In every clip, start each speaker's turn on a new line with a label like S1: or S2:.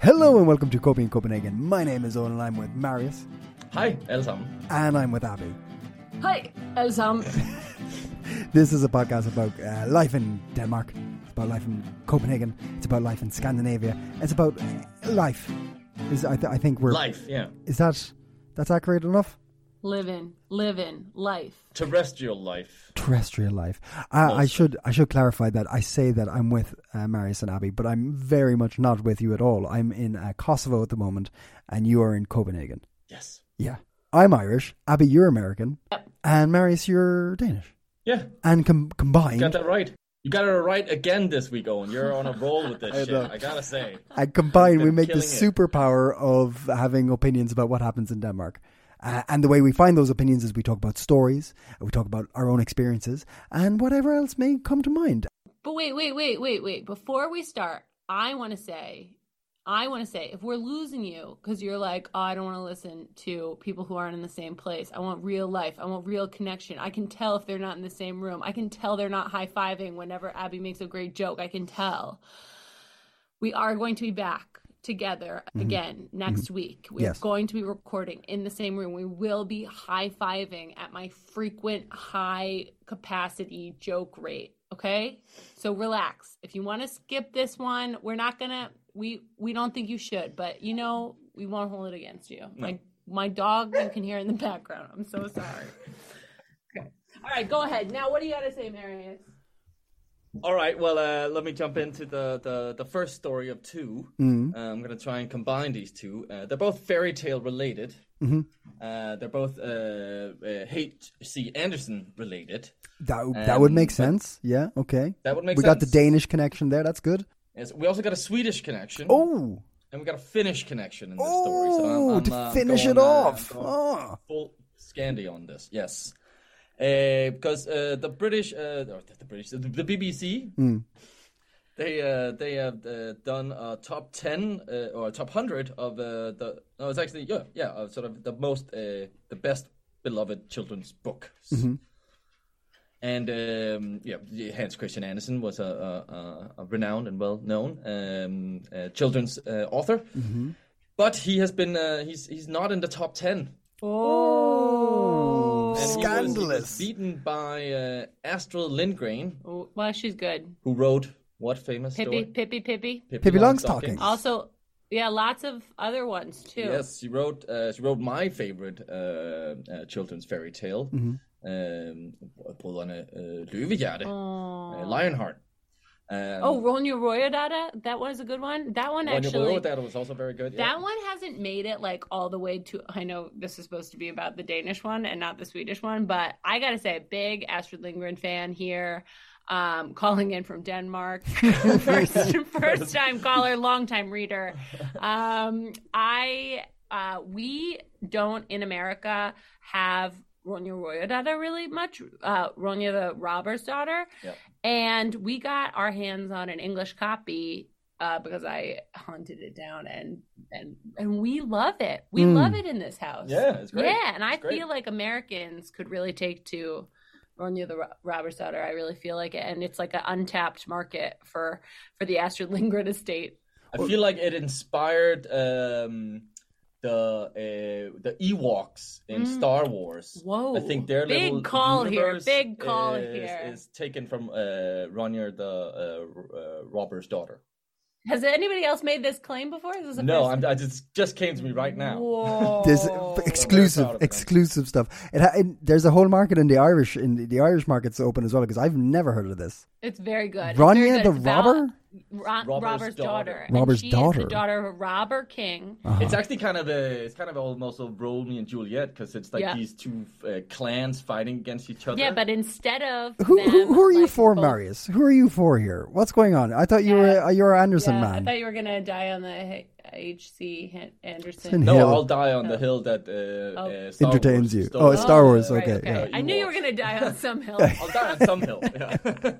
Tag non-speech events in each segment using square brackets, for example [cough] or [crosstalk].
S1: Hello and welcome to Copy in Copenhagen. My name is Owen and I'm with Marius
S2: Hej alle sammen.
S1: and I'm with Abby.
S3: Hi, allesammen.
S1: This is a podcast about uh, life in Denmark. It's about life in Copenhagen. It's about life in Scandinavia. It's about uh, life. Is I, th- I think we're
S2: Life, yeah.
S1: Is that that's accurate enough?
S3: Living, living, life.
S2: Terrestrial life.
S1: Terrestrial life. I, I should I should clarify that I say that I'm with uh, Marius and Abby, but I'm very much not with you at all. I'm in uh, Kosovo at the moment, and you are in Copenhagen.
S2: Yes.
S1: Yeah. I'm Irish. Abby, you're American.
S3: Yep.
S1: And Marius, you're Danish.
S2: Yeah,
S1: And com- combined,
S2: got that right. You got it right again this week, Owen. You're on a roll
S1: [laughs]
S2: with this shit. I gotta say.
S1: and combined, we
S2: Been
S1: make the
S2: killing it.
S1: superpower of having opinions about what happens in Denmark. Uh, and the way we find those opinions is we talk about stories, we talk about our own experiences, and whatever else may come to mind.
S3: But wait, wait, wait, wait, wait. Before we start, I want to say, I want to say, if we're losing you because you're like, oh, I don't want to listen to people who aren't in the same place. I want real life. I want real connection. I can tell if they're not in the same room. I can tell they're not high fiving whenever Abby makes a great joke. I can tell. We are going to be back together again next week. We're
S1: Yes.
S3: going to be recording in the same room. We will be high fiving at my frequent high capacity joke rate. Okay? So relax. If you want to skip this one, we're not gonna we we don't think you should, but you know, we won't hold it against you. My my dog you can hear in the background. I'm so sorry. Okay. All right, go ahead. Now what do you gotta say, Marius?
S2: All right, well, uh, let me jump into the, the, the first story of two.
S1: Mm. Mm-hmm.
S2: Uh, I'm gonna try and combine these two. Uh, they're both fairy tale related.
S1: Mm-hmm.
S2: Uh, they're both uh, uh, H.C. Anderson related.
S1: That, that would
S2: Um,
S1: make
S2: but-
S1: sense. Yeah, okay.
S2: That would make
S1: we got the
S2: sense.
S1: Danish connection there. That's good.
S2: Yes, we also got a Swedish connection,
S1: Oh,
S2: and we got a Finnish connection in this story. So I'm-
S1: oh,
S2: I'm,
S1: to
S2: uh,
S1: finish
S2: going,
S1: it
S2: uh,
S1: off.
S2: I'm going-
S1: Oh.
S2: full Scandi on this. Yes. Uh, because uh, the British, uh, or the British, the, the BBC, they uh, they have uh, done a top ten uh, or a top hundred of uh, the no, it's actually yeah yeah uh, sort of the most uh, the best beloved children's books. And um, yeah, Hans Christian Andersen was a, a, a- a renowned and well-known um, uh, children's uh, author, but he has been uh, he's he's not in the top ten
S3: Oh,
S2: and he was- He
S1: Scandalous.
S2: was, beaten by uh, Astrid Lindgren,
S3: Oh, well, she's good.
S2: who wrote what famous
S3: Pippi,
S2: story?
S3: Pippi, Pippi.
S2: Pippi,
S1: Pippi Longstocking.
S3: Also, yeah, lots of other ones too.
S2: Yes, she wrote. Uh, she wrote my favorite uh, uh, children's fairy tale,
S1: Mm. Mm-hmm.
S2: um, Brødrene uh, Løvehjerte, uh, Lionheart. Um,
S3: Oh, Ronja Royodata, that was a good one. That one
S2: Ronja
S3: actually.
S2: Røverdatter was also very good. yeah.
S3: That one hasn't made it like all the way to. I know this is supposed to be about the Danish one and not the Swedish one, but I gotta say, big Astrid Lindgren fan here, um, calling in from Denmark, first first time caller, long time reader. Um, I uh, we don't in America have Ronja Royodata really much. Uh, Ronja the Robber's daughter,
S2: Yep.
S3: and we got our hands on an English copy uh, because I hunted it down and and and we love it. We love it in this house.
S2: Mm. Yeah, it's great.
S3: Yeah, and I
S2: It's great.
S3: feel like Americans could really take to Ronja the Ro- Robber's daughter. I really feel like it, and it's like an untapped market for for the Astrid Lindgren estate.
S2: I feel like it inspired um, the uh, the Ewoks in
S3: Mm.
S2: Star Wars.
S3: Whoa.
S2: I think their
S3: Big
S2: little
S3: call here,
S2: universe
S3: big call
S2: is,
S3: here.
S2: is taken from uh, Ronja the uh, uh, robber's daughter.
S3: Has anybody else made this claim before? Is this the
S2: No,
S3: first-
S2: I'm, I just just came to me right now.
S3: Whoa.
S1: This
S2: proud
S1: exclusive,
S2: of them.
S1: exclusive stuff. It, ha- it there's a whole market in the Irish in the, the Irish market's open as well because I've never heard of this.
S3: It's very good. It's
S1: Ronja
S3: very good.
S1: the
S3: It's about
S1: robber?
S3: Ron-
S2: Robber's
S3: Robber's,
S2: daughter.
S3: daughter. And
S1: Robber's
S3: she Is
S1: daughter. Uh-huh.
S3: the daughter of Robber King.
S2: [laughs] It's actually kind of a, it's kind of almost a Romeo and Juliet because it's like
S3: Yeah.
S2: these two uh, clans fighting against each other.
S3: Yeah, but instead of
S1: Who,
S3: them,
S1: who, who are you
S3: like,
S1: for,
S3: both-
S1: Marius? Who are you for here? What's going on? I thought you were
S3: Yeah.
S1: uh, you're an Anderson
S3: Yeah, I
S1: man.
S3: thought you were gonna die on the H.C. Han- Anderson.
S1: in
S2: No,
S1: Hill.
S2: I'll die on the hill that uh, uh, Star
S1: Entertains
S2: Wars
S1: you.
S2: stole.
S1: Oh, it's Star Wars.
S3: Oh. right,
S1: Okay, yeah.
S3: I knew you were
S2: Ewoks.
S3: going to
S2: [laughs]
S3: die on some hill.
S2: I'll die on some
S3: [laughs]
S2: hill. Yeah.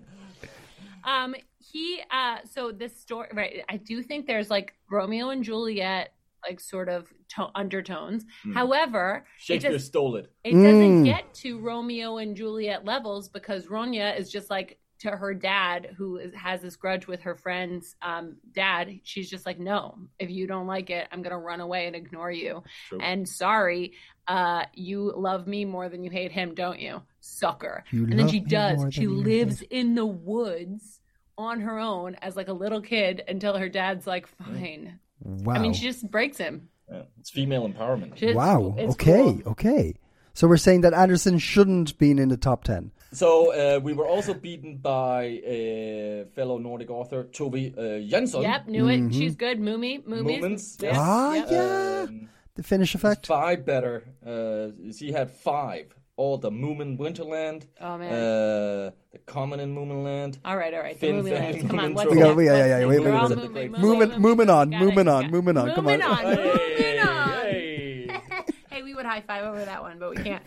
S3: Um, he uh, so this story, right? I do think there's like Romeo and Juliet, like sort of to- undertones.
S2: Hmm.
S3: However, it
S2: Shakespeare
S3: just
S2: stole it.
S3: it doesn't
S1: Mm.
S3: get to Romeo and Juliet levels because Ronya is just like to her dad, who is, has this grudge with her friend's um, dad. She's just like, no, if you don't like it, I'm gonna run away and ignore you.
S2: True.
S3: And sorry, uh, you love me more than you hate him, don't you, sucker?
S1: You
S3: and then
S1: love
S3: she
S1: me
S3: does.
S1: more
S3: She
S1: than you
S3: lives in the woods on her own as like a little kid until her dad's like, fine.
S1: Wow.
S3: I mean, she just breaks him.
S2: Yeah. It's female empowerment.
S3: She- it's-
S1: wow.
S3: it's
S1: okay.
S3: cool.
S1: Okay. So we're saying that Anderson shouldn't be in the top ten.
S2: So uh, we were also beaten by uh, fellow Nordic author Toby uh, Jansson.
S3: Yep, knew it. She's good. Moomy, Moomies.
S2: Moomins,
S3: Yeah,
S1: Oh, mm-hmm.
S2: yes.
S1: ah,
S3: yeah.
S1: yeah.
S2: Um,
S1: the finish effect.
S2: Five better. Uh, she had five. All the Moomin Winterland.
S3: Oh, man.
S2: Uh, the Common in Moominland.
S3: All right, all right. The
S2: Fin
S3: Moomy
S2: Fan,
S3: lands. Come on,
S2: Moomin
S3: what's
S2: Troll.
S1: We got-
S3: next?
S1: yeah, yeah, yeah,
S3: What's
S1: wait,
S3: next? We're
S1: wait, wait,
S3: all
S1: wait.
S3: moving,
S2: Moving-
S3: moving,
S1: moving on,
S3: Got it,
S1: moving on,
S3: got it.
S1: moving on, come on.
S3: Moving on, moving on.
S2: Hey!
S3: [laughs] Hey, we would high five over that one, but we
S1: [laughs]
S3: can't.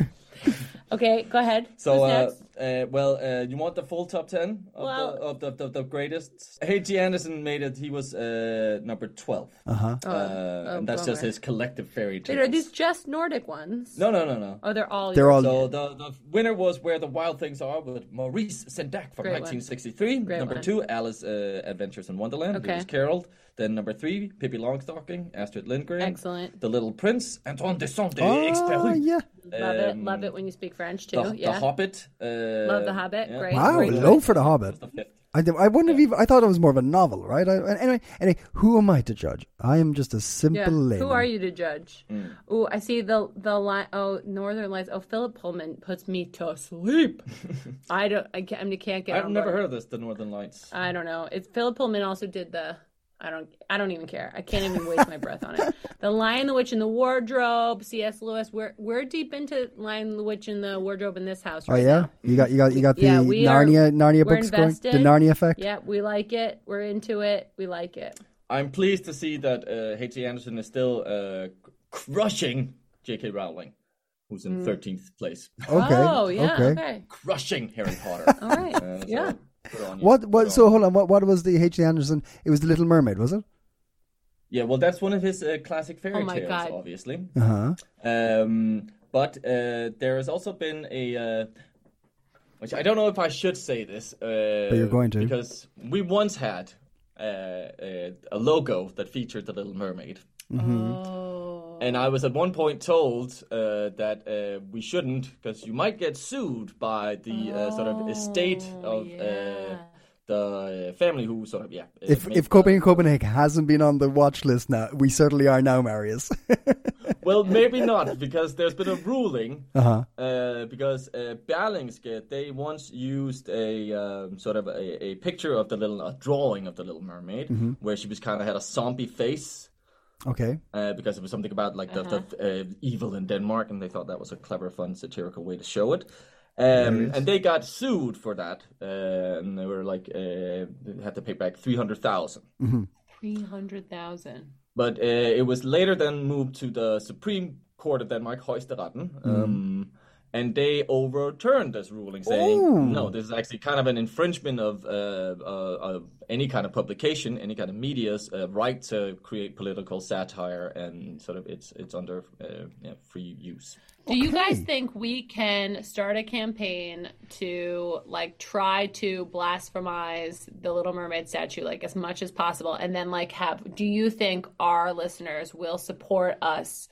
S3: Okay, go ahead.
S2: So,
S3: Who's
S2: uh,
S3: next?
S2: uh, well, uh, you want the full top 10 of,
S3: Well-
S2: the, of the, the, the greatest? H.G. Anderson made it. He was uh, number 12. Uh-huh.
S3: oh,
S2: and that's just
S3: bummer.
S2: his collective fairy
S3: Wait, are
S2: tales.
S3: these just Nordic ones?
S2: No, no, no, no.
S3: Oh, they're all.
S1: They're all
S2: So the, the winner was Where the Wild Things Are with Maurice Sendak from
S3: Great one.
S2: 1963.
S3: Great
S2: number
S3: one.
S2: two, Alice uh, Adventures in Wonderland,
S3: Okay.
S2: Lewis Carroll. Then number three, Pippi Longstocking, Astrid Lindgren.
S3: Excellent.
S2: The Little Prince, Antoine de Saint
S1: Oh yeah.
S3: Love it. Love it when you speak French too.
S2: Um, The,
S3: Oh, yeah.
S2: the Hobbit. Uh,
S3: Love The Hobbit. Great.
S1: Wow,
S2: Great
S1: low
S2: one.
S1: for the Hobbit.
S2: The fifth.
S1: I, d- I wouldn't have even. I thought it was more of a novel, right? I, anyway, anyway, who am I to judge? I am just a simple
S3: Yeah.
S1: layman.
S3: Who are you to judge?
S2: Mm.
S3: Oh, I see the the line. Oh, Northern Lights. Oh, Philip Pullman puts me to
S2: [laughs]
S3: sleep. I don't. I can't, I mean, can't get.
S2: I've
S3: on
S2: never
S3: board.
S2: heard of this, The Northern Lights.
S3: I don't know. It's Philip Pullman also did the. I don't. I don't even care. I can't even waste my breath on
S2: [laughs]
S3: it. The Lion, the Witch, and the Wardrobe. C.S. Lewis. We're we're deep into Lion, the Witch, and the Wardrobe in this house.
S1: Oh
S3: right
S1: yeah,
S3: now.
S1: you got you got you got the
S3: Yeah, we are-
S1: Narnia Narnia
S3: we're
S1: books going. The
S3: invested.
S1: Narnia effect.
S3: Yeah, we like it. We're into it. We like it.
S2: I'm pleased to see that uh, H.G. Anderson is still uh, c- crushing J.K. Rowling, who's
S3: Hmm.
S2: in 13th place. [laughs]
S1: Okay.
S3: Oh yeah.
S1: okay.
S3: Okay.
S2: crushing Harry Potter.
S3: [laughs] All
S2: [laughs]
S3: right.
S2: Uh,
S3: yeah.
S1: What what? So hold on. What what was the H.G. Anderson? It was the Little Mermaid, was it?
S2: Yeah, well, that's one of his uh, classic fairy
S3: Oh my
S2: tales,
S3: God.
S2: obviously.
S1: Uh huh.
S2: Um, but uh, there has also been a, uh, which I don't know if I should say this, uh,
S1: you're going to.
S2: because we once had uh, a, a logo that featured the Little Mermaid.
S1: Mm-hmm.
S3: Oh.
S2: And I was at one point told uh, that uh, we shouldn't, because you might get sued by the uh, sort of estate
S3: Oh,
S2: of uh,
S3: yeah.
S2: the family who sort of yeah. uh,
S1: If
S2: made
S1: if
S2: the-
S1: Copenhagen Copenhagen hasn't been on the watch list now, we certainly are now, Marius. [laughs]
S2: well, maybe not, because there's been a ruling. Uh, because uh, Berlingske they once used a um, sort of a, a picture of the little a drawing of the Little Mermaid, where she was kind of had a zombie face.
S1: okay.
S2: uh, because it was something about like the, the uh, evil in Denmark, and they thought that was a clever, fun, satirical way to show it. Um, and they got sued for that, uh, and they were like uh, they had to pay back three hundred thousand.
S3: Three hundred thousand.
S2: But uh, it was later then moved to the Supreme Court of Denmark, Højesteretten. Um, and they overturned this ruling, saying, "No, this is actually kind of an infringement of, uh, uh, of any kind of publication, any kind of media's uh, right to create political satire, and sort of it's it's under uh, yeah, free use."
S3: Do you guys think we can start a campaign to like try to blasphemize the Little Mermaid statue like as much as possible and then like have do you think our listeners will support us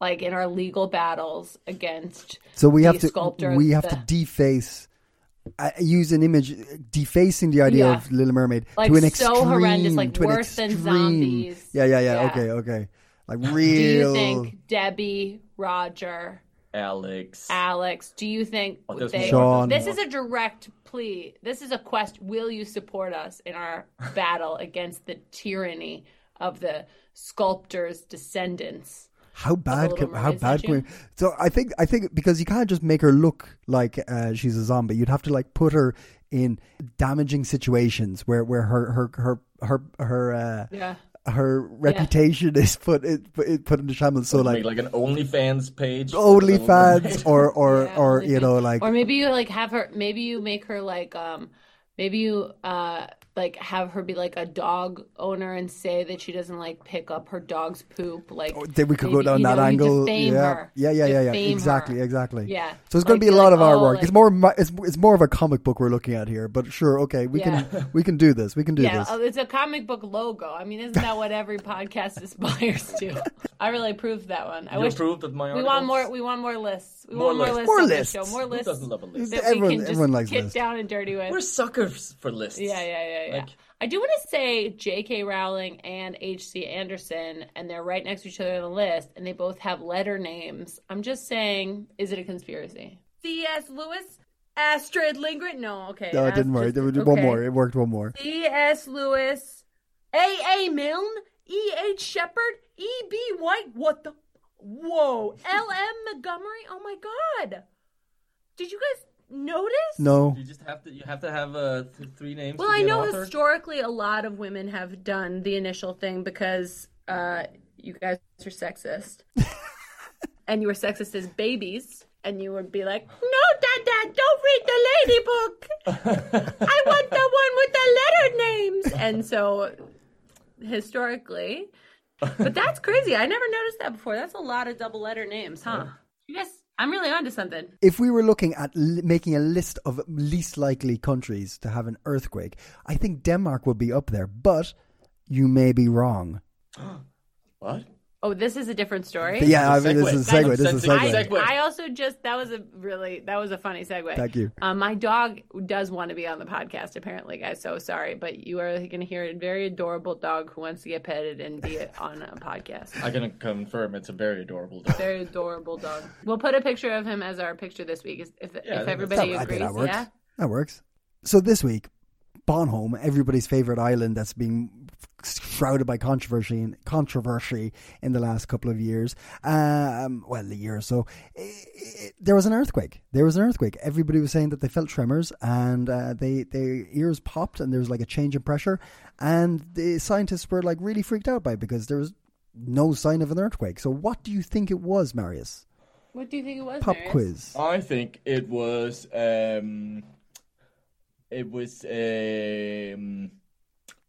S3: like in our legal battles against
S1: So we
S3: the
S1: have to
S3: sculptor
S1: we have
S3: the-
S1: to deface, uh, use an image defacing the idea
S3: Yeah.
S1: of Little Mermaid
S3: Like,
S1: to an
S3: so
S1: extreme,
S3: horrendous, like,
S1: to an
S3: worse than
S1: extreme.
S3: zombies.
S1: Yeah, yeah, yeah,
S3: Yeah.
S1: Okay, okay. Like real.
S3: Do you think Debbie, Roger,
S2: Alex,
S3: Alex, do you think
S2: Oh, there's
S3: they,
S1: more. Sean.
S3: this is a direct plea? This is a question. Will you support us in
S1: [laughs]
S3: our battle against the tyranny of the sculptor's descendants?
S1: How bad?
S3: Little
S1: Can, how
S3: Mermaid
S1: bad can we? So I think I think because you can't just make her look like uh, she's a zombie. You'd have to like put her in damaging situations where where her her her her her uh,
S3: Yeah.
S1: her reputation is put it, it put into shambles. So
S2: Like,
S1: like
S2: like an OnlyFans page. for the woman.
S1: OnlyFans or
S3: [laughs]
S1: or or you know like
S3: or maybe you like have her maybe you make her like um maybe you uh like have her be like a dog owner and say that she doesn't like pick up her dog's poop like
S1: Oh, then we could go
S3: maybe,
S1: down
S3: you
S1: that
S3: know, you
S1: angle.
S3: defame
S1: yeah.
S3: her.
S1: yeah, yeah, yeah, yeah,
S3: Defame her.
S1: Exactly, exactly.
S3: Yeah.
S1: So it's going
S3: Like,
S1: to be a
S3: be
S1: lot
S3: like,
S1: of our
S3: "Oh,
S1: work. it's
S3: like-
S1: more, mi- it's it's more of a comic book we're looking at here. But sure, okay, we can we can do this. We can do
S3: yeah
S1: this.
S3: oh, it's a comic book logo i mean isn't that what every podcast [laughs] aspires to i really approved that one i
S2: You
S3: wish
S2: approved of my
S3: we
S2: article?
S3: want more we want more lists we
S2: More
S3: want more
S2: lists.
S3: lists
S1: More
S3: on this
S1: lists.
S3: show more
S1: Who
S3: lists
S2: doesn't love a list?
S3: that
S1: Everyone-
S3: we can just
S1: everyone likes
S3: get
S1: lists.
S3: down and dirty with
S2: We're suckers for lists.
S3: Yeah, yeah, yeah, yeah.
S2: Like-
S3: I do want to say J.K. Rowling and H.C. Anderson, and they're right next to each other on the list, and they both have letter names. I'm just saying, is it a conspiracy? C.S. Lewis, Astrid Lindgren. No, okay.
S1: No, it
S3: that's
S1: didn't work.
S3: just-
S1: There was one
S3: okay.
S1: more. It worked one more.
S3: C.S. Lewis, A.A. Milne, E.H. Shepard, E.B. White. What the? Whoa. L.M. Montgomery. Oh my God. Did you guys notice?
S1: No,
S2: You just have to. You have to have uh, th- three names.
S3: Well,
S2: to be
S3: I
S2: an
S3: know
S2: author.
S3: historically a lot of women have done the initial thing because uh, you guys are sexist.
S2: [laughs]
S3: and you were sexist as babies. And you would be like, no, Dada, don't read the lady book. I want the one with the letter names. And so, historically, but that's crazy. I never noticed that before. That's a lot of double letter names, huh? You guys, I'm really onto something.
S1: if we were looking at l- making a list of least likely countries to have an earthquake, I think Denmark would be up there. But you may be wrong.
S2: What?
S3: Oh, this is a different story.
S1: Yeah, I mean, this
S2: segue.
S1: is a segue. This is a
S2: That's-
S1: segue.
S2: Segue.
S3: I also just that was a really that was a funny segue.
S1: Thank you.
S3: Uh, my dog does want to be on the podcast, apparently, guys. So sorry, but you are going to hear a very adorable dog who wants to get petted and be [laughs] on a podcast.
S2: I can confirm it's a very adorable dog.
S3: Very adorable dog. We'll put a picture of him as our picture this week. If, if
S2: that's-
S3: everybody
S1: I think
S3: agrees,
S1: that works.
S3: yeah.
S1: That works. So this week, Bonholm, everybody's favorite island that's been shrouded by controversy and controversy in the last couple of years, um, well, a year or so, i i there was an earthquake. There was an earthquake. Everybody was saying that they felt tremors and uh, they their ears popped and there was like a change in pressure, and the scientists were like really freaked out by it because there was no sign of an earthquake. So what do you think it was, Marius?
S3: What do you think it was?
S1: Pop
S3: Marius?
S1: quiz.
S2: I think it was. Um, it was. Um,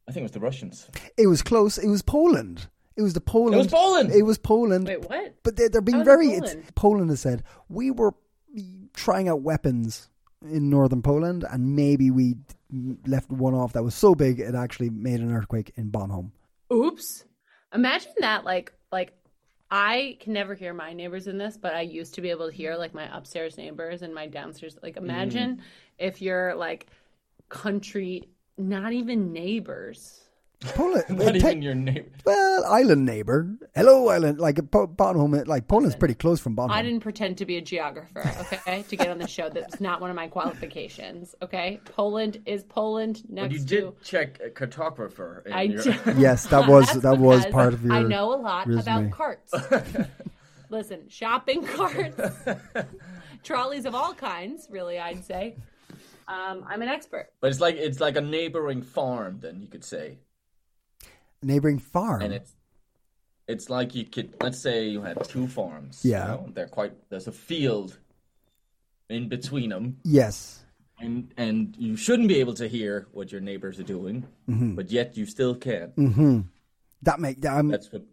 S2: I think it was the Russians.
S1: It was close. It was Poland. It was the Poland.
S2: It was Poland.
S1: It was Poland.
S3: Wait, what?
S1: But they're, they're being
S3: How is it
S1: very. Poland? It's,
S3: Poland?
S1: Poland has said we were trying out weapons in northern Poland, and maybe we left one off that was so big it actually made an earthquake in Bonholm.
S3: Oops. Imagine that like like I can never hear my neighbors in this, but I used to be able to hear like my upstairs neighbors and my downstairs like imagine if you're like country not even neighbors. [laughs]
S1: Poland, it
S2: Not even
S1: te-
S2: your neighbor.
S1: well, island neighbor. Hello, island. Like Po- Bonholm, like Poland's pretty close from Bonholm.
S3: I didn't pretend to be a geographer, okay, to get on the show. That's not one of my qualifications, okay? Poland is Poland next
S2: But you
S3: to
S2: did check a cartographer. In [laughs]
S3: I
S2: your,
S3: do-
S1: Yes,
S3: [laughs]
S1: [laughs] that was
S3: That's
S1: that was
S3: because
S1: part of your.
S3: I know a lot
S1: resume.
S3: about
S1: [laughs]
S3: carts. Listen, shopping [laughs] carts, trolleys of all kinds. Really, I'd say. Um, I'm an expert.
S2: But it's like it's like a neighboring farm. Then you could say,
S1: neighboring farm.
S2: and it's it's like you could let's say you had two farms.
S1: Yeah.
S2: You know, they're quite. There's a field in between them.
S1: yes.
S2: and and you shouldn't be able to hear what your neighbors are doing,
S1: Mm-hmm.
S2: but yet you still can.
S1: That make that, I'm,
S2: That's what.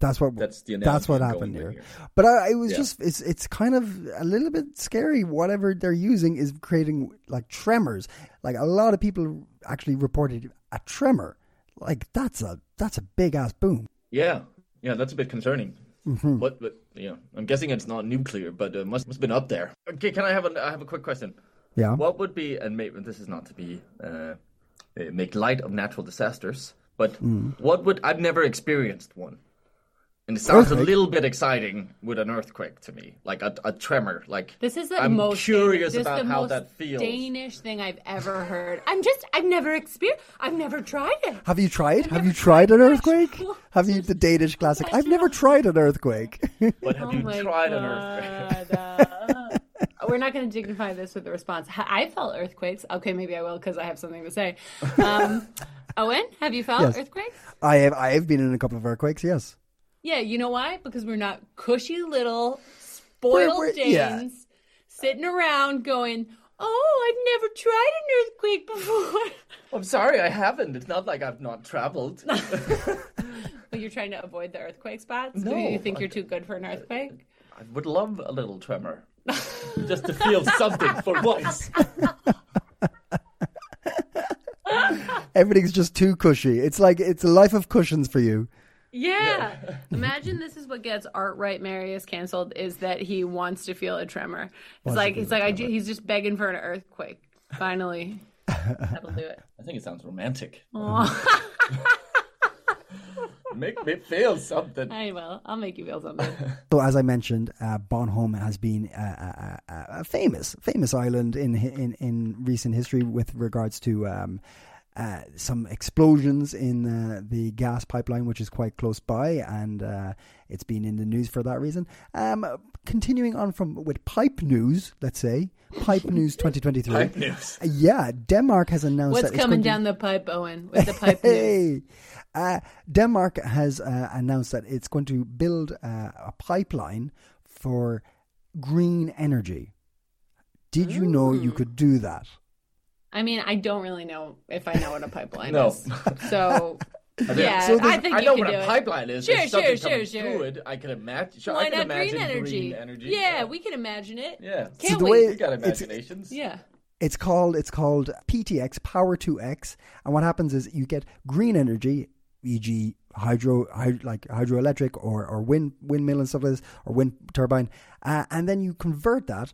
S1: That's what
S2: That's the
S1: that's
S2: analogy
S1: what
S2: I'm
S1: happened here.
S2: going with
S1: But I, it was
S2: Yeah.
S1: just it's it's kind of a little bit scary. Whatever they're using is creating like tremors. Like a lot of people actually reported a tremor. Like that's a that's a big ass boom.
S2: Yeah, yeah, that's a bit concerning.
S1: Mm-hmm.
S2: But but yeah, I'm guessing it's not nuclear, but it must must have been up there. Okay, can I have a I have a quick question?
S1: Yeah.
S2: What would be and maybe this is not to be uh, uh, make light of natural disasters, but
S1: Mm.
S2: what would I've never experienced one. And it sounds
S1: Earthquake?
S2: a little bit exciting with an earthquake to me, like a, a tremor. Like
S3: This is the
S2: I'm
S3: most
S2: curious
S3: this is
S2: about
S3: the
S2: how
S3: most
S2: that feels.
S3: Danish thing I've ever heard. I'm just I've never experienced. I've never tried it.
S1: Have you tried? Have you
S3: never
S1: tried an
S3: tried
S1: earthquake?
S3: that.
S1: Have you the Danish classic? I've never tried an earthquake. [laughs]
S2: But have you tried
S3: uh,
S2: an earthquake?
S3: Oh
S2: [laughs]
S3: God, uh, we're not going to
S2: [laughs]
S3: dignify this with a response. H- I felt earthquakes. Okay, maybe I will because I have something to say. Um, Owen, have you felt
S1: Yes.
S3: earthquakes?
S1: I have I have been in a couple of earthquakes. Yes.
S3: Yeah, you know why? Because we're not cushy little spoiled
S1: We're- we're-
S3: Danes
S1: yeah.
S3: sitting around going, "Oh, I've never tried an earthquake before." [laughs]
S2: I'm sorry, I haven't. It's not like I've not traveled.
S3: but you're trying to avoid the earthquake spots.
S2: No,
S3: Do you think
S2: I-
S3: you're too good for an earthquake?
S2: I would love a little
S3: [laughs]
S2: tremor. Just to feel something for once.
S1: Everything's just too cushy. It's like it's a life of cushions for you.
S3: Yeah. [laughs] Imagine this is what gets Art Right Marius canceled is that he wants to feel a tremor. It's like it's like I ju- he's just begging for an earthquake.
S1: [laughs]
S3: Finally, that'll do it.
S2: I think it sounds romantic.
S3: Oh. [laughs] Aw.
S2: Make me feel something.
S3: I will. I'll make you feel something.
S1: So, as I mentioned, uh, Bornholm has been a, a, a, a famous, famous island in hi- in in recent history with regards to um, uh, some explosions in uh, the gas pipeline, which is quite close by, and uh, it's been in the news for that reason. Um, continuing on from with pipe news, let's say pipe news twenty twenty three.
S2: Pipe news.
S1: Yeah, Denmark has announced
S3: What's
S1: that it's
S3: coming
S1: going to-
S3: down the pipe, Owen? With the
S1: [laughs]
S3: pipe news?
S1: Hey, uh, Denmark has uh, announced that it's going to build uh, a pipeline for green energy. Did you know you could do that?
S3: I mean, I don't really know if I know what a pipeline
S2: No.
S3: is. So, yeah,
S1: So there's-
S3: [laughs] I think
S2: [laughs] I
S3: you
S2: know
S3: can
S2: what
S3: do
S2: a
S3: it.
S2: pipeline is.
S3: Sure,
S2: There's
S3: sure,
S2: something
S3: sure,
S2: coming
S3: sure.
S2: through it. I can imagine. Sure, I
S3: Why
S2: can
S3: not
S2: imagine
S3: green energy?
S2: energy.
S3: Yeah, we can imagine it.
S2: Yeah.
S3: Can't
S1: the
S3: we?
S1: way-
S2: we got
S1: It's-
S2: imaginations.
S3: Yeah.
S1: It's called it's called PTX Power 2X, and what happens is you get green energy, e.g. hydro, hyd- like hydroelectric or or wind windmill and stuff like this, or wind turbine, uh, and then you convert that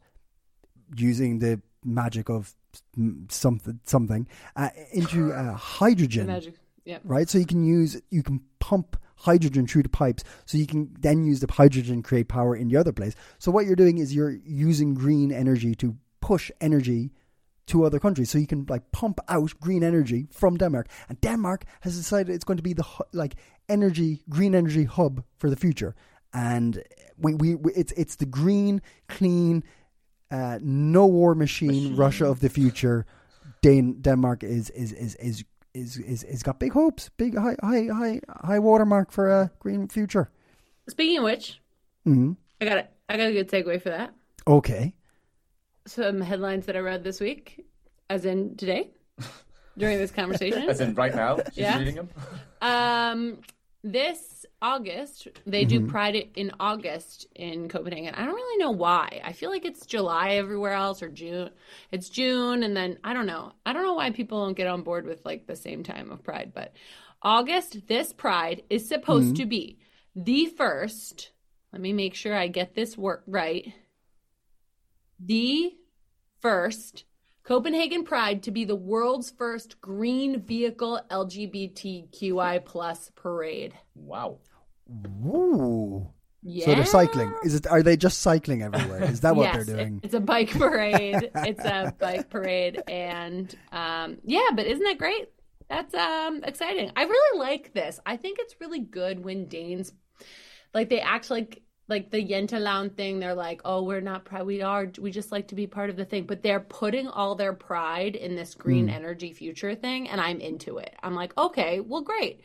S1: using the magic of mm, something something uh, into uh, hydrogen
S3: Magic. Yeah.
S1: right? So you can use you can pump hydrogen through the pipes, so you can then use the hydrogen to create power in the other place. So what you're doing is you're using green energy to push energy to other countries, so you can like pump out green energy from Denmark. And Denmark has decided it's going to be the hu- like energy green energy hub for the future, and we, we, we it's it's the green clean. Uh, no war machine, Russia of the future. Dan- Denmark is is is is is is is got big hopes, big high high high high watermark for a green future.
S3: Speaking of which, I got a, I got a good segue for that.
S1: Okay,
S3: Some headlines that I read this week, as in
S2: [laughs]
S3: today, during this conversation.
S2: As in right now, she's
S3: Yeah.
S2: reading them.
S3: Um, this August they do Pride in August in Copenhagen. I don't really know why. I feel like it's July everywhere else or June. It's June, and then I don't know. I don't know why people don't get on board with like the same time of Pride, but August this Pride is supposed to be the first. Let me make sure I get this work right. The first Copenhagen Pride to be the world's first green vehicle LGBTQI plus parade.
S2: Wow.
S1: woo.
S3: Yeah.
S1: So they're cycling. Is it? Are they just cycling everywhere? Is that what
S3: [laughs] Yes,
S1: they're
S3: it-
S1: doing?
S3: It's a bike
S1: [laughs]
S3: parade. it's a bike parade, and um, yeah, but isn't that great? That's um, exciting. I really like this. I think it's really good when Danes, like they act like like the Yentalown thing. They're like, oh, we're not proud. We are. We just like to be part of the thing. But they're putting all their pride in this green
S1: Hmm.
S3: energy future thing, and I'm into it. I'm like, okay, well, great.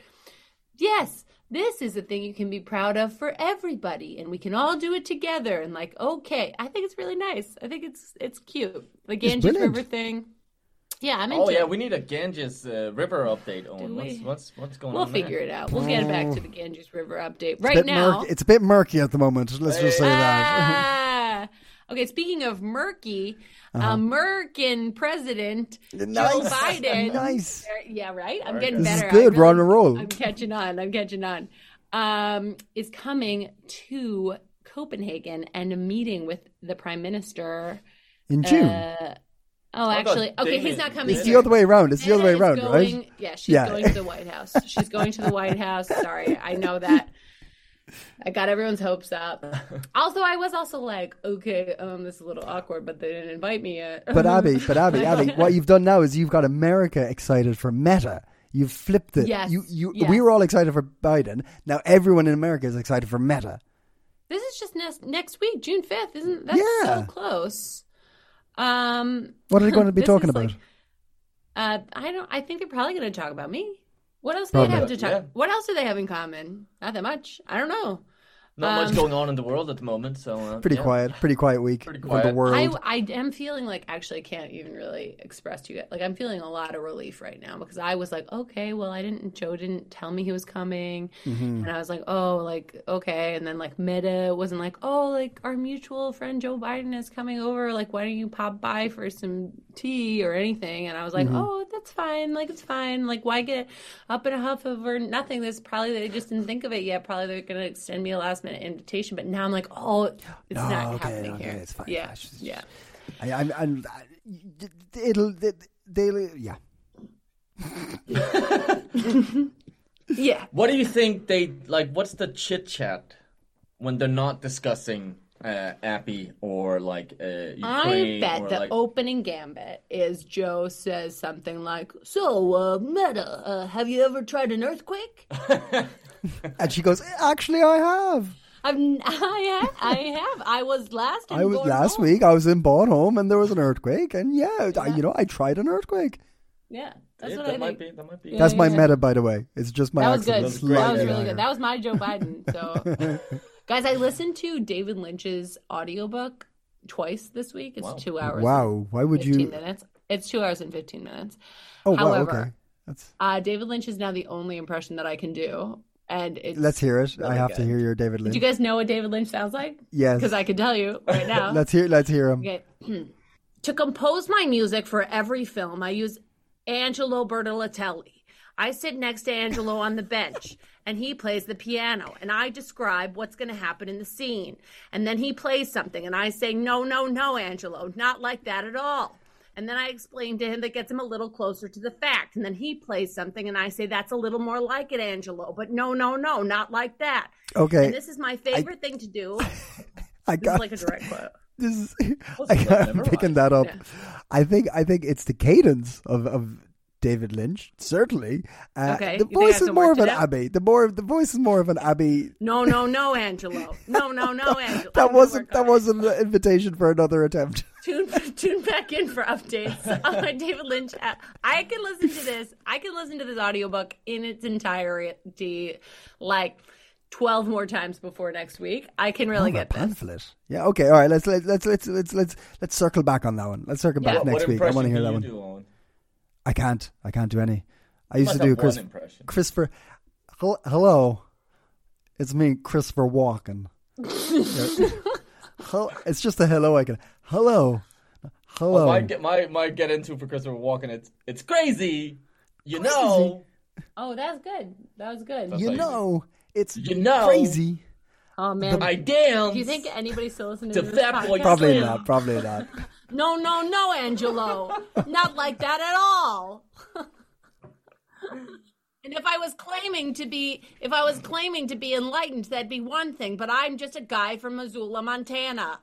S3: Yes, this is a thing you can be proud of for everybody, and we can all do it together. And like, okay, I think it's really nice. I think it's it's cute. The Ganges
S1: brilliant.
S3: River thing. Yeah, I'm into
S2: Oh yeah,
S3: it.
S2: we need a Ganges uh, River update. Owen,
S3: Do
S2: what's
S3: we?
S2: what's what's going
S3: We'll
S2: on? there?
S3: figure it out. We'll get back to the Ganges River update
S1: Oh. It's a
S3: right
S1: bit
S3: now.
S1: murky. It's a bit murky at the moment. Let's just
S3: [laughs]
S1: say that. Uh-huh.
S3: Ah. Okay, speaking of murky, American President
S1: [laughs]
S3: Joe
S1: Nice.
S3: Biden.
S1: Nice.
S3: Yeah, right? I'm getting
S1: This is
S3: better. I
S1: good. We're on a roll.
S3: I'm catching on. I'm catching on. Um, is coming to Copenhagen and a meeting with the Prime Minister.
S1: In June,
S3: Uh, oh,
S2: I thought
S3: actually, okay,
S2: Danish
S3: he's not coming.
S1: it's the other way around. It's the other way
S3: Anna
S1: around,
S3: is
S1: right?
S3: going- Yeah, she's
S1: Yeah.
S3: going to the White House. She's going to the White House. Sorry, I know that. I got everyone's hopes up. Also, I was also like, okay, um, this is a little awkward, but they didn't invite me yet. Um,
S1: But Abby,
S3: [laughs]
S1: but Abby, Abby, what you've done now is you've got America excited for Meta. You've flipped it.
S3: Yes,
S1: You, you,
S3: yes.
S1: we were all excited for Biden. Now everyone in America is excited for Meta.
S3: this is just next next week, June fifth, isn't that's
S1: Yeah.
S3: so close? Um,
S1: What are they going to
S3: [laughs] [clears throat]
S1: be
S3: This
S1: talking
S3: is like-
S1: about?
S3: uh, I don't. I think they're probably going to talk about me. What else do they
S1: Probably.
S3: have to talk?
S2: Yeah.
S3: What else do they have in common? Not that much. I don't know.
S2: Not
S3: Um,
S2: much going on in the world at the moment, so uh,
S1: Pretty
S2: yeah.
S1: quiet, pretty quiet week
S2: Pretty
S1: for the
S2: quiet.
S1: world.
S3: I, I am feeling like actually I can't even really express to you like I'm feeling a lot of relief right now because I was like okay well I didn't Joe didn't tell me he was coming and I was like oh like okay and then like Meta wasn't like oh like our mutual friend Joe Biden is coming over like why don't you pop by for some tea or anything and I was like oh that's fine like it's fine like why get up in a huff over nothing There's probably they just didn't think of it yet probably they're gonna extend me a last minute invitation but now I'm like oh it's
S1: No,
S3: not
S1: okay,
S3: happening
S1: okay,
S3: here
S1: it's fine.
S3: yeah
S1: It's just-
S3: yeah.
S1: I, I'm, I'm, I, it'll, it, they'll, yeah.
S3: Yeah.
S2: What do you think they like? What's the chit chat when they're not discussing uh, Appy or like uh,
S3: I
S2: Ukraine?
S3: bet
S2: or,
S3: the
S2: like,
S3: opening gambit is Joe says something like, So, uh, Meta, uh, have you ever tried an earthquake?
S1: And she goes, actually, I have.
S3: I've, n- [laughs] I, have, I have. I was last. in
S1: I was
S3: Bornholm."
S1: last week. I was in Bornholm, and there was an earthquake, and yeah, I, you know, I tried an earthquake.
S3: Yeah. That's
S2: Yeah,
S3: what
S2: that
S3: I
S2: might
S3: think.
S2: be. That might be.
S1: That's my
S3: yeah.
S1: meta, by the way. It's just my
S3: That was
S1: accent
S3: good.
S2: great.
S3: That was
S1: slightly
S3: really
S1: higher.
S3: good. That was my
S1: [laughs]
S3: Joe Biden. So, guys, I listened to David Lynch's audiobook twice this week. It's two hours.
S1: wow. Why would
S3: 15
S1: you?
S3: minutes. It's two hours and 15 minutes.
S1: Oh, wow.
S3: However,
S1: Okay. That's,
S3: Uh, David Lynch is now the only impression that I can do. And it's,
S1: let's hear it. I have to hear your David
S3: Do
S1: Lynch.
S3: you guys know what David Lynch sounds like?
S1: Yes.
S3: Because I can tell you right now.
S1: [laughs] Let's hear. Let's hear him.
S3: okay. [clears throat] to compose my music for every film, I use Angelo Bertolatelli. I sit next to Angelo on the bench, and he plays the piano, and I describe what's going to happen in the scene. And then he plays something, and I say, No, no, no, Angelo, not like that at all. And then I explain to him that gets him a little closer to the fact. And then he plays something, and I say, That's a little more like it, Angelo, but no, no, no, not like that.
S1: Okay.
S3: And this is my favorite thing to do.
S1: I
S3: This is
S1: got
S3: like a direct quote.
S1: this. Is, [laughs] I got, I'm picking that up. I think. I think it's the cadence of. of David Lynch, certainly. Uh,
S3: Okay,
S1: the
S3: you think I
S1: voice
S3: have
S1: is
S3: to
S1: more
S3: work
S1: of
S3: it
S1: an
S3: out?
S1: Abbey. The more the voice is more of
S3: [laughs]
S1: an Abbey
S3: No, no, no, Angelo. No, no, no, Angelo. I'm
S1: [laughs] that
S3: gonna
S1: wasn't
S3: work on
S1: that
S3: it.
S1: wasn't an invitation for another attempt. [laughs]
S3: Tune, tune back in for updates [laughs] on my David Lynch app. I can listen to this. I can listen to this audiobook in its entirety, like twelve more times before next week. I can
S1: Oh,
S3: really get this.
S1: pamphlet. Yeah. Okay. All right. Let's let's let's let's let's let's let's circle back on that one. Let's circle
S3: Yeah.
S1: back
S3: What-
S1: next
S2: what
S1: week. I want to
S2: impression
S1: hear
S2: do
S1: that
S2: you
S1: one.
S2: do, Owen?
S1: I can't. I can't do any. I used
S2: Must
S1: to do
S2: have one
S1: Chris
S2: impression.
S1: Christopher. hel- Hello, it's me, Christopher
S2: [laughs]
S1: Walken. Hel- it's just a hello. I can. Hello. Hello.
S2: My Oh, get my my get into for Christopher Walken. It's it's crazy. You know.
S3: Oh, that's good. That was good.
S1: you
S2: Like-
S1: know it's
S2: You know.
S1: crazy.
S3: Oh man.
S2: I damn.
S3: do you think anybody still listens
S2: The
S3: to this
S2: fat boy-
S3: podcast?
S1: Probably not. Probably not.
S3: No, no, no, Angelo. Not like that at all. and if I was claiming to be if I was claiming to be enlightened, that'd be one thing, but I'm just a guy from Missoula, Montana.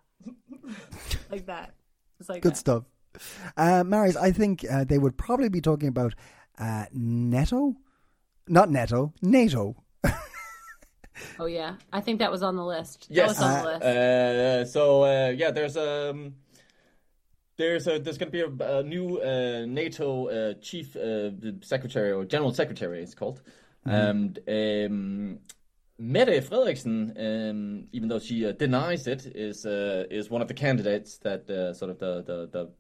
S3: like that. It's like
S2: [laughs]
S1: Good
S3: that.
S1: stuff. Uh, Marius, I think uh, they would probably be talking about uh, Neto, not Neto, NATO.
S3: Oh yeah. I think that was on the list. That
S2: Yes.
S3: was on the list.
S2: Uh, so uh, yeah, there's um, there's a there's gonna be a, a new uh, NATO uh, chief uh, secretary or general secretary it's called, and um, Mette Frederiksen, um, even though she uh, denies it, is uh, is one of the candidates that uh, sort of the the. the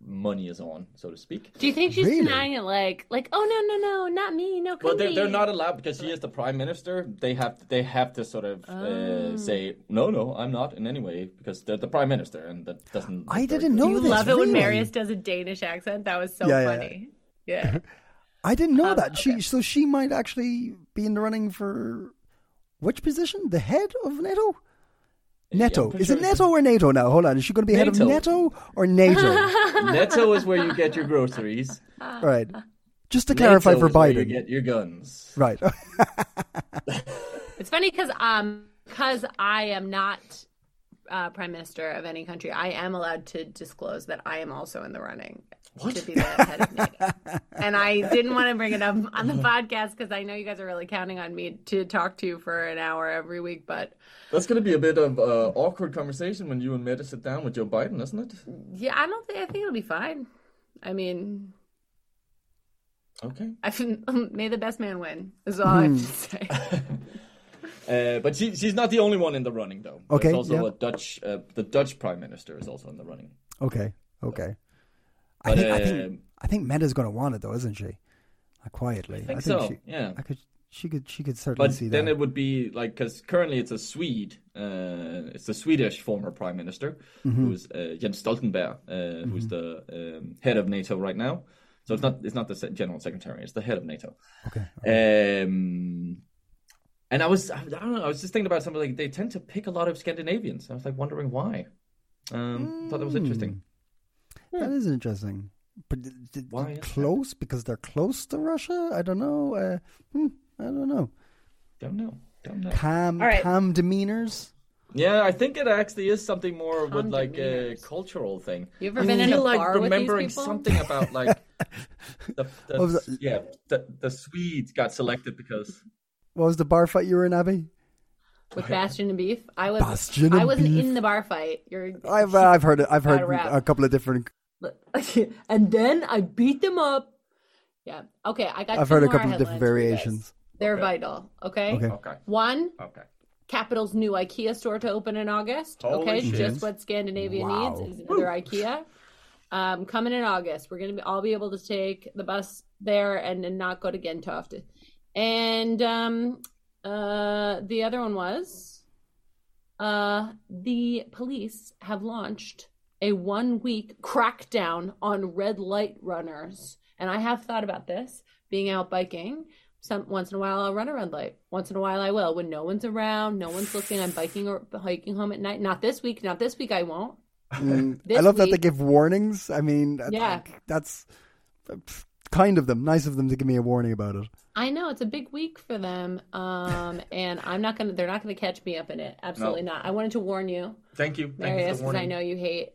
S2: money is on so to speak
S3: do you think she's
S1: Really?
S3: denying it like like oh no no no not me no
S2: Well, they're,
S3: couldn't
S2: they're
S3: be.
S2: not allowed because she is the prime minister. They have they have to sort of uh, say no, no, I'm not in any way because they're the prime minister, and that doesn't.
S1: I didn't know
S3: you
S1: this.
S3: love it when
S1: really.
S3: Marius does a Danish accent that was so
S1: Yeah, yeah, yeah.
S3: funny yeah.
S1: I didn't
S2: Um,
S1: know that. She so she might actually be in the running for which position? The head of NATO. NATO.
S2: pretty
S1: is it
S2: sure it's-
S1: NATO or NATO now? Hold on. Is she going to be head of
S2: NATO.
S1: NATO or
S2: [laughs]
S1: NATO?
S2: Netto is where you get your groceries.
S1: right. Just to [laughs] clarify
S2: NATO
S1: for
S2: is where you
S1: Biden.
S2: get your guns.
S1: Right. [laughs]
S3: It's funny because um because I am not uh, prime minister of any country, I am allowed to disclose that I am also in the running to be the head of NATO.
S1: [laughs]
S3: and I didn't want to bring it up on the podcast because I know you guys are really counting on me to talk to you for an hour every week. But
S2: That's going to be a bit of uh, awkward conversation when you and Meta sit down with Joe Biden, isn't it?
S3: yeah, I don't think I think it'll be fine. I mean,
S2: Okay.
S3: I think [laughs] may the best man win. Is all I
S1: Hmm.
S3: have to say.
S2: Uh, but she, she's not the only one in the running, though.
S1: Okay,
S2: There's also
S1: yeah.
S2: a Dutch, uh, the Dutch prime minister is also in the running.
S1: Okay. Okay. I
S2: But,
S1: think, I
S2: um,
S1: think I think Meta's going to want it though, isn't she? Like, quietly. I
S2: think so,
S1: She,
S2: yeah.
S1: I could. She could. She could certainly
S2: But
S1: see
S2: then
S1: that.
S2: it would be like because currently it's a Swede, uh, it's the Swedish former prime minister
S1: Mm-hmm.
S2: who's uh, Jens Stoltenberg, uh, who's the um, head of NATO right now. So it's not it's not the se- general secretary, it's the head of NATO.
S1: okay.
S2: Um, and I was I don't know I was just thinking about something like they tend to pick a lot of Scandinavians. I was like wondering why. Um, Thought that was interesting.
S1: Hmm.
S3: Hmm.
S1: That is interesting. But th- th-
S2: Why is that?
S1: close because they're close to Russia. I don't know. Uh, hmm, I don't know.
S2: Don't know. Don't know.
S1: Calm,
S3: All right.
S1: calm demeanors.
S2: Yeah, I think it actually is something more with
S3: Calm
S2: like a
S3: demeanors.
S2: cultural thing.
S3: You ever been in
S2: I
S3: a
S2: feel like
S3: bar with these
S2: remembering
S3: people?
S2: something about like
S3: [laughs]
S2: the, the,
S1: was that?
S2: yeah the, the Swedes got selected because
S1: What was the bar fight you were in, Abby?
S3: with Bastion and Beef. I was
S1: Bastion and
S3: I wasn't
S1: Beef. uh,
S3: in the bar fight. You're
S1: I've I've heard it. I've heard
S3: Got a wrap.
S1: a couple of different.
S3: [laughs] and then I beat them up. Yeah. Okay, I got
S1: I've
S3: two
S1: heard a
S3: more
S1: couple of
S3: headlines for you guys. [laughs]
S1: different variations.
S3: They're vital, okay?
S1: Okay.
S2: okay
S3: One,
S2: okay
S3: Capital's new IKEA store to open in August.
S2: Holy
S3: okay,
S2: shit.
S3: just what Scandinavia
S1: Wow.
S3: needs is another IKEA. Um, coming in August, we're gonna be, all be able to take the bus there and, and not go to Gentoft. And um, uh, the other one was uh, the police have launched a one week crackdown on red light runners. And I have thought about this being out biking. Some once in a while I'll run a red light. Once in a while I will. When no one's around, no one's looking, I'm biking or hiking home at night. Not this week. Not this week I won't.
S1: Mm, I
S3: This
S1: love that they
S3: week-
S1: give warnings. I mean, I-
S3: Yeah.
S1: that's kind of them. Nice of them to give me a warning about it.
S3: I know it's a big week for them.
S2: [laughs]
S3: Um, and I'm not gonna. They're not gonna catch me up in it. Absolutely not. I wanted to warn you,
S2: thank you thank you
S3: Marius,
S2: for
S3: because I
S2: warning.
S3: know you hate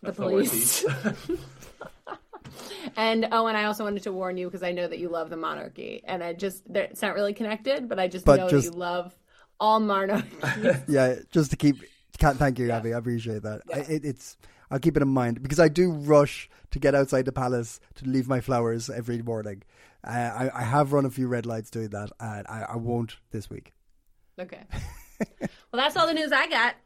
S3: the
S2: That's not what it
S3: police.
S2: is.
S3: And oh, and I also wanted to warn you because I know that you love the monarchy, and I just there- it's not really connected, but I just
S1: But
S3: know
S1: just-
S3: that you love all
S2: [laughs]
S3: monarchies.
S1: Yeah, just to keep. Can't thank you, Abby. I appreciate that. I, it, it's. I'll keep it in mind because I do rush to get outside the palace to leave my flowers every morning. Uh, I, I have run a few red lights doing that, and I, I won't this week.
S3: okay. Well, that's all the news I got.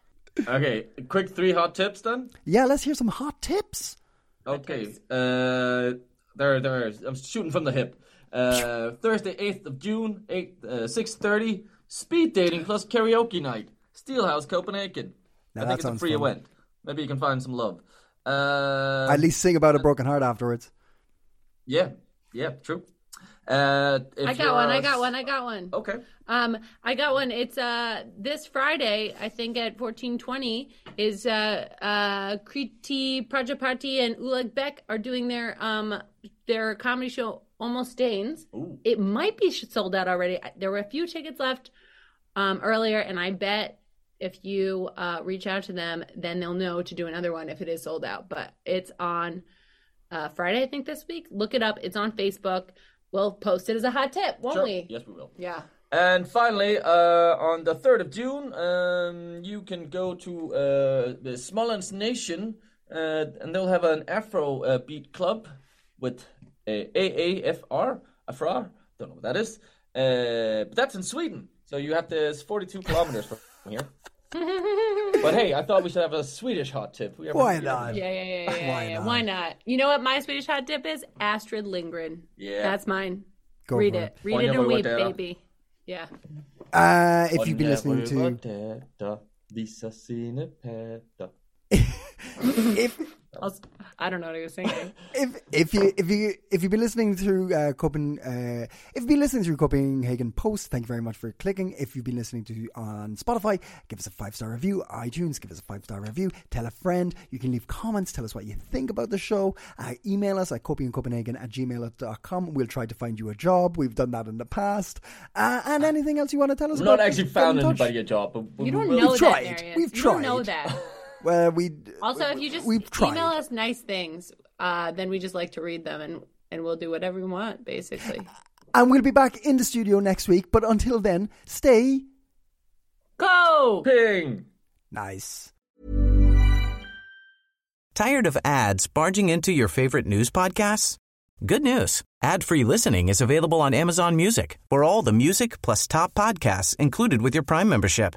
S2: [laughs] okay quick three hot tips then
S1: Yeah, let's hear some hot tips.
S2: okay uh there there I'm shooting from the hip uh Thursday 8th of June 8 uh, 6:30 speed dating plus karaoke night Steelhouse Copenhagen I
S1: that
S2: think it's a
S1: sounds
S2: free
S1: fun.
S2: event maybe you can find some love uh
S1: At least sing about a broken heart afterwards.
S2: Yeah, yeah, true. Uh, if
S3: I
S2: you're
S3: got one.
S2: a-
S3: I got one. I got one.
S2: Okay.
S3: Um, I got one. It's uh this Friday, I think at fourteen twenty is uh uh Kriti Prajapati and Uleg Beck are doing their um their comedy show Almost Danes. It might be sh- sold out already. I- There were a few tickets left um earlier, and I bet if you uh reach out to them, then they'll know to do another one if it is sold out. But it's on uh Friday, I think this week. Look it up. It's on Facebook. We'll post it as a hot tip, won't
S2: Sure.
S3: we?
S2: Yes, we will.
S3: Yeah.
S2: And finally, uh, on the 3rd of June, um, you can go to uh, the Smolensk Nation uh, and they'll have an Afro uh, Beat Club with uh, AAFR. Afrar? Don't know what that is. Uh, but that's in Sweden. So you have to, it's 42 kilometers from
S3: [laughs]
S2: here. but hey, I thought we should have a Swedish hot tip. We haven't-
S1: Why
S2: we haven't
S1: not?
S3: Yeah, yeah, yeah, yeah,
S1: [laughs] Why
S3: yeah.
S1: not?
S3: Why not? You know what my Swedish hot tip is? Astrid Lindgren.
S2: Yeah.
S3: That's mine.
S1: Go
S3: Read
S1: for
S3: it.
S1: it.
S3: Read
S2: Oj,
S3: it
S2: jag
S3: and
S2: var
S3: weep,
S2: där.
S3: baby. Yeah.
S1: Uh, if
S2: Och
S1: you've been
S2: när
S1: listening
S2: vi
S1: to.
S2: var döda, Visa sina päder.
S1: [laughs]
S3: I, was, I don't know what he was singing.
S1: if if you if you if you've been listening through uh, Copen uh, if you've been listening through Copenhagen Post, thank you very much for clicking. If you've been listening to on Spotify, give us a five star review. iTunes, give us a five star review. Tell a friend. You can leave comments. Tell us what you think about the show. Uh, email us at copenhagen at gmail.com. We'll try to find you a job. We've done that in the past. Uh, and anything else you want to tell us?
S2: We've
S1: about,
S2: not actually
S1: get in
S2: found
S1: touch.
S2: anybody a job, but we
S3: You don't
S2: will-
S3: know
S1: tried.
S3: that, Marius.
S1: We've
S3: you don't know
S1: tried.
S3: that.
S1: [laughs] Well, we
S3: Also,
S1: we-
S3: if you just
S1: we've tried.
S3: email us nice things, uh, then we just like to read them and, and we'll do whatever we want,
S1: [sighs]
S3: basically.
S1: and we'll be back in the studio next week. But until then, stay
S3: Go!
S2: Ping!
S1: nice.
S4: Tired of ads barging into your favorite news podcasts? Good news. Ad-free listening is available on Amazon Music for all the music plus top podcasts included with your Prime membership.